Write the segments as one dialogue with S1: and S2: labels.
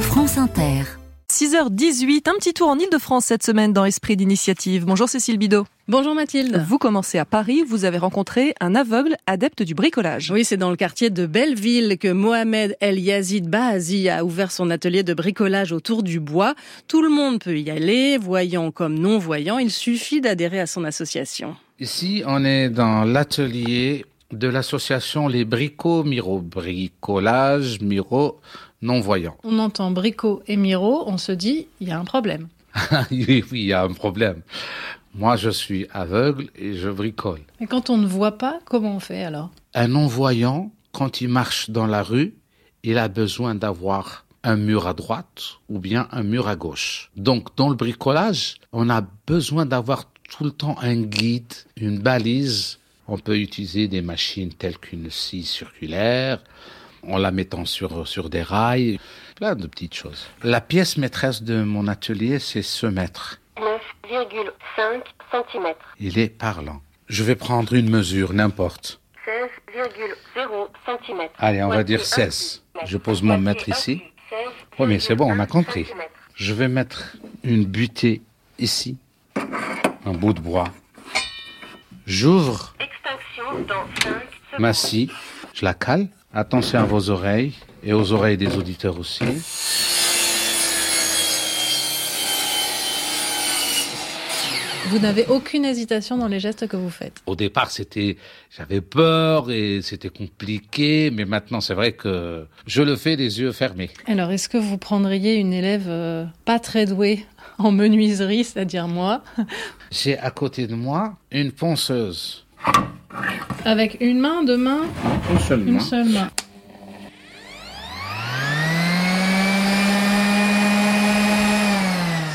S1: France Inter.
S2: 6h18, un petit tour en Ile-de-France cette semaine dans Esprit d'initiative. Bonjour Cécile Bidot.
S3: Bonjour Mathilde.
S2: Vous commencez à Paris, vous avez rencontré un aveugle adepte du bricolage.
S3: Oui, c'est dans le quartier de Belleville que Mohamed El Yazid Bahazi a ouvert son atelier de bricolage autour du bois. Tout le monde peut y aller, voyant comme non-voyant, il suffit d'adhérer à son association.
S4: Ici, on est dans l'atelier de l'association Les Bricots Miro. Bricolage, Miro, non-voyant.
S5: On entend Brico et Miro, on se dit, il y a un problème.
S4: oui, oui, il y a un problème. Moi, je suis aveugle et je bricole.
S5: Mais quand on ne voit pas, comment on fait alors
S4: Un non-voyant, quand il marche dans la rue, il a besoin d'avoir un mur à droite ou bien un mur à gauche. Donc, dans le bricolage, on a besoin d'avoir tout le temps un guide, une balise. On peut utiliser des machines telles qu'une scie circulaire, en la mettant sur, sur des rails, plein de petites choses. La pièce maîtresse de mon atelier, c'est ce mètre.
S6: 9,5 cm.
S4: Il est parlant. Je vais prendre une mesure, n'importe.
S6: 16,0 cm.
S4: Allez, on va dire 16. Je pose mon mètre ici. Oui, mais c'est bon, on a compris. Je vais mettre une butée ici, un bout de bois. J'ouvre
S6: Extinction dans 5 secondes.
S4: ma scie, je la cale. Attention à vos oreilles et aux oreilles des auditeurs aussi.
S5: Vous n'avez aucune hésitation dans les gestes que vous faites.
S4: Au départ, c'était, j'avais peur et c'était compliqué, mais maintenant, c'est vrai que je le fais les yeux fermés.
S5: Alors, est-ce que vous prendriez une élève euh, pas très douée en menuiserie, c'est-à-dire moi,
S4: J'ai à côté de moi une ponceuse.
S5: avec une main, deux mains,
S4: Une seule
S5: une seule main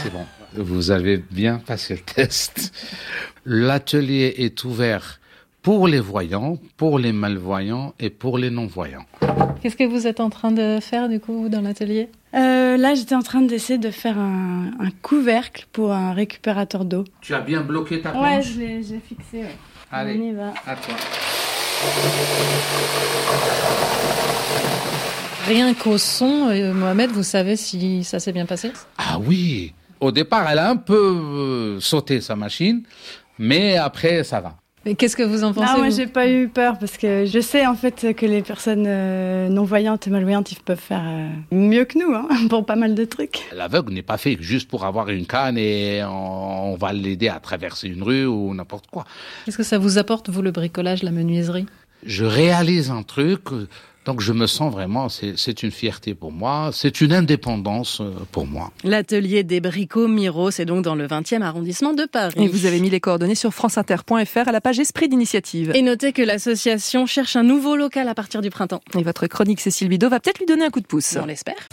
S4: C'est bon. Vous avez bien passé le test. L'atelier est ouvert pour les voyants, pour les malvoyants et pour les non-voyants.
S5: Qu'est-ce que vous êtes en train de faire du coup dans l'atelier
S7: Euh, là, j'étais en train d'essayer de faire un, un couvercle pour un récupérateur d'eau.
S4: Tu as bien bloqué ta
S7: l'ai fixé.
S4: Allez,
S7: y va.
S4: à toi.
S5: Rien qu'au son, euh, Mohamed, vous savez si ça s'est bien passé
S4: Ah oui Au départ, elle a un peu euh, sauté sa machine, mais après, ça va.
S5: Mais Qu'est-ce que vous en pensez
S7: Non, Ah, moi,
S5: vous
S7: j'ai pas eu peur parce que je sais en fait que les personnes euh, non-voyantes et malvoyantes, ils peuvent faire euh, mieux que nous hein, pour pas mal de trucs.
S4: L'aveugle n'est pas fait juste pour avoir une canne et on, on va l'aider à traverser une rue ou n'importe quoi.
S5: Qu'est-ce que ça vous apporte, vous, le bricolage, la menuiserie
S4: Je réalise un truc, euh, donc je me sens vraiment, c'est c'est une fierté pour moi, c'est une indépendance euh, pour moi.
S3: L'atelier des bricots Miro, c'est donc dans le 20e arrondissement de Paris.
S2: Et vous avez mis les coordonnées sur franceinter.fr à la page Esprit d'initiative.
S3: Et notez que l'association cherche un nouveau local à partir du printemps.
S2: Et votre chronique Cécile Bidot va peut-être lui donner un coup de pouce.
S3: On l'espère.